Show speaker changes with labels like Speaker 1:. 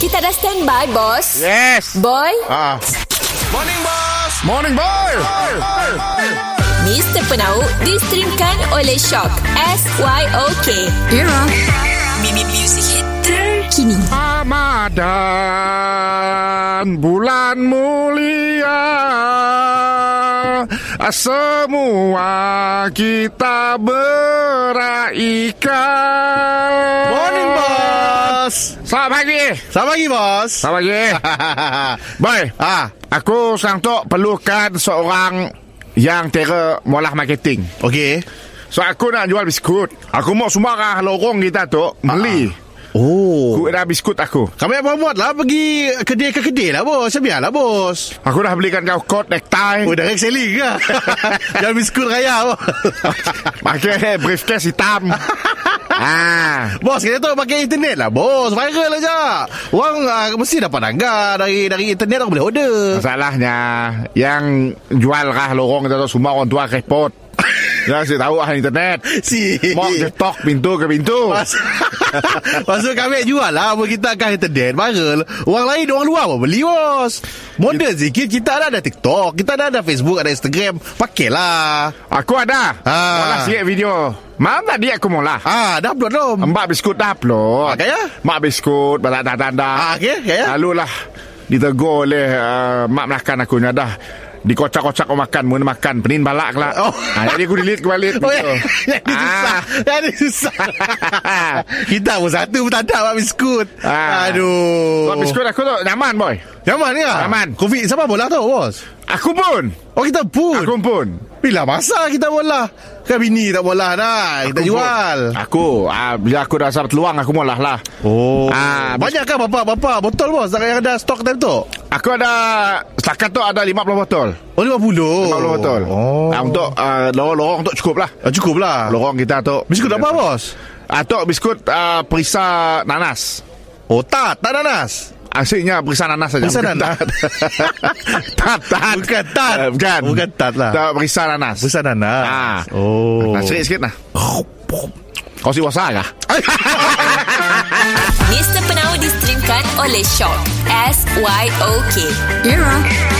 Speaker 1: Kita dah standby, bos.
Speaker 2: Yes.
Speaker 1: Boy,
Speaker 2: Ah.
Speaker 3: Morning Boss
Speaker 2: Morning boy.
Speaker 1: Mr. Penau distrimkan oleh Shock. S-Y-O-K. Era. Mimi Music Hit terkini.
Speaker 2: Ramadan bulan mulia. Ah, Semua kita beraikan.
Speaker 3: Morning Boss
Speaker 2: Selamat pagi.
Speaker 3: Selamat pagi Boss
Speaker 2: Selamat pagi. boy,
Speaker 3: Ah,
Speaker 2: aku sang tok perlukan seorang yang tera molah marketing.
Speaker 3: Okey
Speaker 2: So aku nak jual biskut. Aku mau semua orang lorong kita tu beli.
Speaker 3: Oh
Speaker 2: Aku dah biskut aku.
Speaker 3: Kamu yang buat lah Pergi kedai ke kedai lah bos Saya biarlah bos
Speaker 2: Aku dah belikan kau kot necktie.
Speaker 3: Oh direct selling ke Jangan biskut raya bos
Speaker 2: Pakai eh, briefcase hitam. ah.
Speaker 3: Bos kita tu pakai internet lah bos Viral lah je Orang uh, mesti dapat langgar Dari dari internet orang boleh order
Speaker 2: Masalahnya yang jual kah lorong kita tu semua orang tua repot. Ya, saya tahu ah internet.
Speaker 3: Si
Speaker 2: Mau ketok pintu ke pintu.
Speaker 3: Mas- Maksud kami jual lah Apa kita akan internet Viral Orang lain Orang luar pun beli bos Modern sikit Kita ada ada TikTok Kita ada ada Facebook Ada Instagram Pakailah
Speaker 2: Aku ada.
Speaker 3: Ah.
Speaker 2: Molah sikit video. Malam tadi aku molah.
Speaker 3: Ah, Dah upload belum?
Speaker 2: Mak biskut dah upload.
Speaker 3: Ah, kaya?
Speaker 2: Mak biskut, balak tanda-tanda.
Speaker 3: Ah, okay, kaya?
Speaker 2: Lalu lah Ditegur oleh uh, Mak Melakan aku ni dah Dikocak-kocak kau makan Mungkin makan Penin balak lah
Speaker 3: Oh.
Speaker 2: ha, Jadi aku delete kembali
Speaker 3: Oh, ya. Jadi
Speaker 2: Ah.
Speaker 3: susah Jadi susah Kita pun satu pun tak ada Mak Biskut
Speaker 2: Ah.
Speaker 3: Aduh
Speaker 2: Sebab biskut aku tu Nyaman boy
Speaker 3: Nyaman ni lah
Speaker 2: Nyaman.
Speaker 3: Covid siapa bola tu bos
Speaker 2: Aku pun
Speaker 3: Oh kita pun
Speaker 2: Aku pun
Speaker 3: Bila masa kita bola Kan bini tak bola dah Kita
Speaker 2: Aku
Speaker 3: jual
Speaker 2: pun. Aku ah, Bila aku dah rasa peluang Aku maulah lah
Speaker 3: Oh.
Speaker 2: Ah,
Speaker 3: Ah, banyak kan bapa-bapa botol bos yang ada stok time tu?
Speaker 2: Aku ada Setakat tu ada 50 botol
Speaker 3: Oh 50.
Speaker 2: 50 botol
Speaker 3: Oh.
Speaker 2: ah, Untuk uh, Lorong-lorong tu cukup lah
Speaker 3: Ah, cukup lah.
Speaker 2: Lorong kita tu
Speaker 3: Biskut apa bos?
Speaker 2: Ah, tu biskut uh, Perisa nanas
Speaker 3: Oh tak, tak nanas.
Speaker 2: Asyiknya perisa nanas saja
Speaker 3: Perisa nanas.
Speaker 2: tat, tat.
Speaker 3: Bukan tat.
Speaker 2: Eh, bukan.
Speaker 3: Bukan tat lah.
Speaker 2: Tak, perisa nanas.
Speaker 3: Besar nanas.
Speaker 2: Ah.
Speaker 3: Oh.
Speaker 2: Nah, sikit sikit lah. Kau si wasa kah?
Speaker 3: Ah,
Speaker 1: Mr. Penau distrimkan oleh Shock. S-Y-O-K. Era.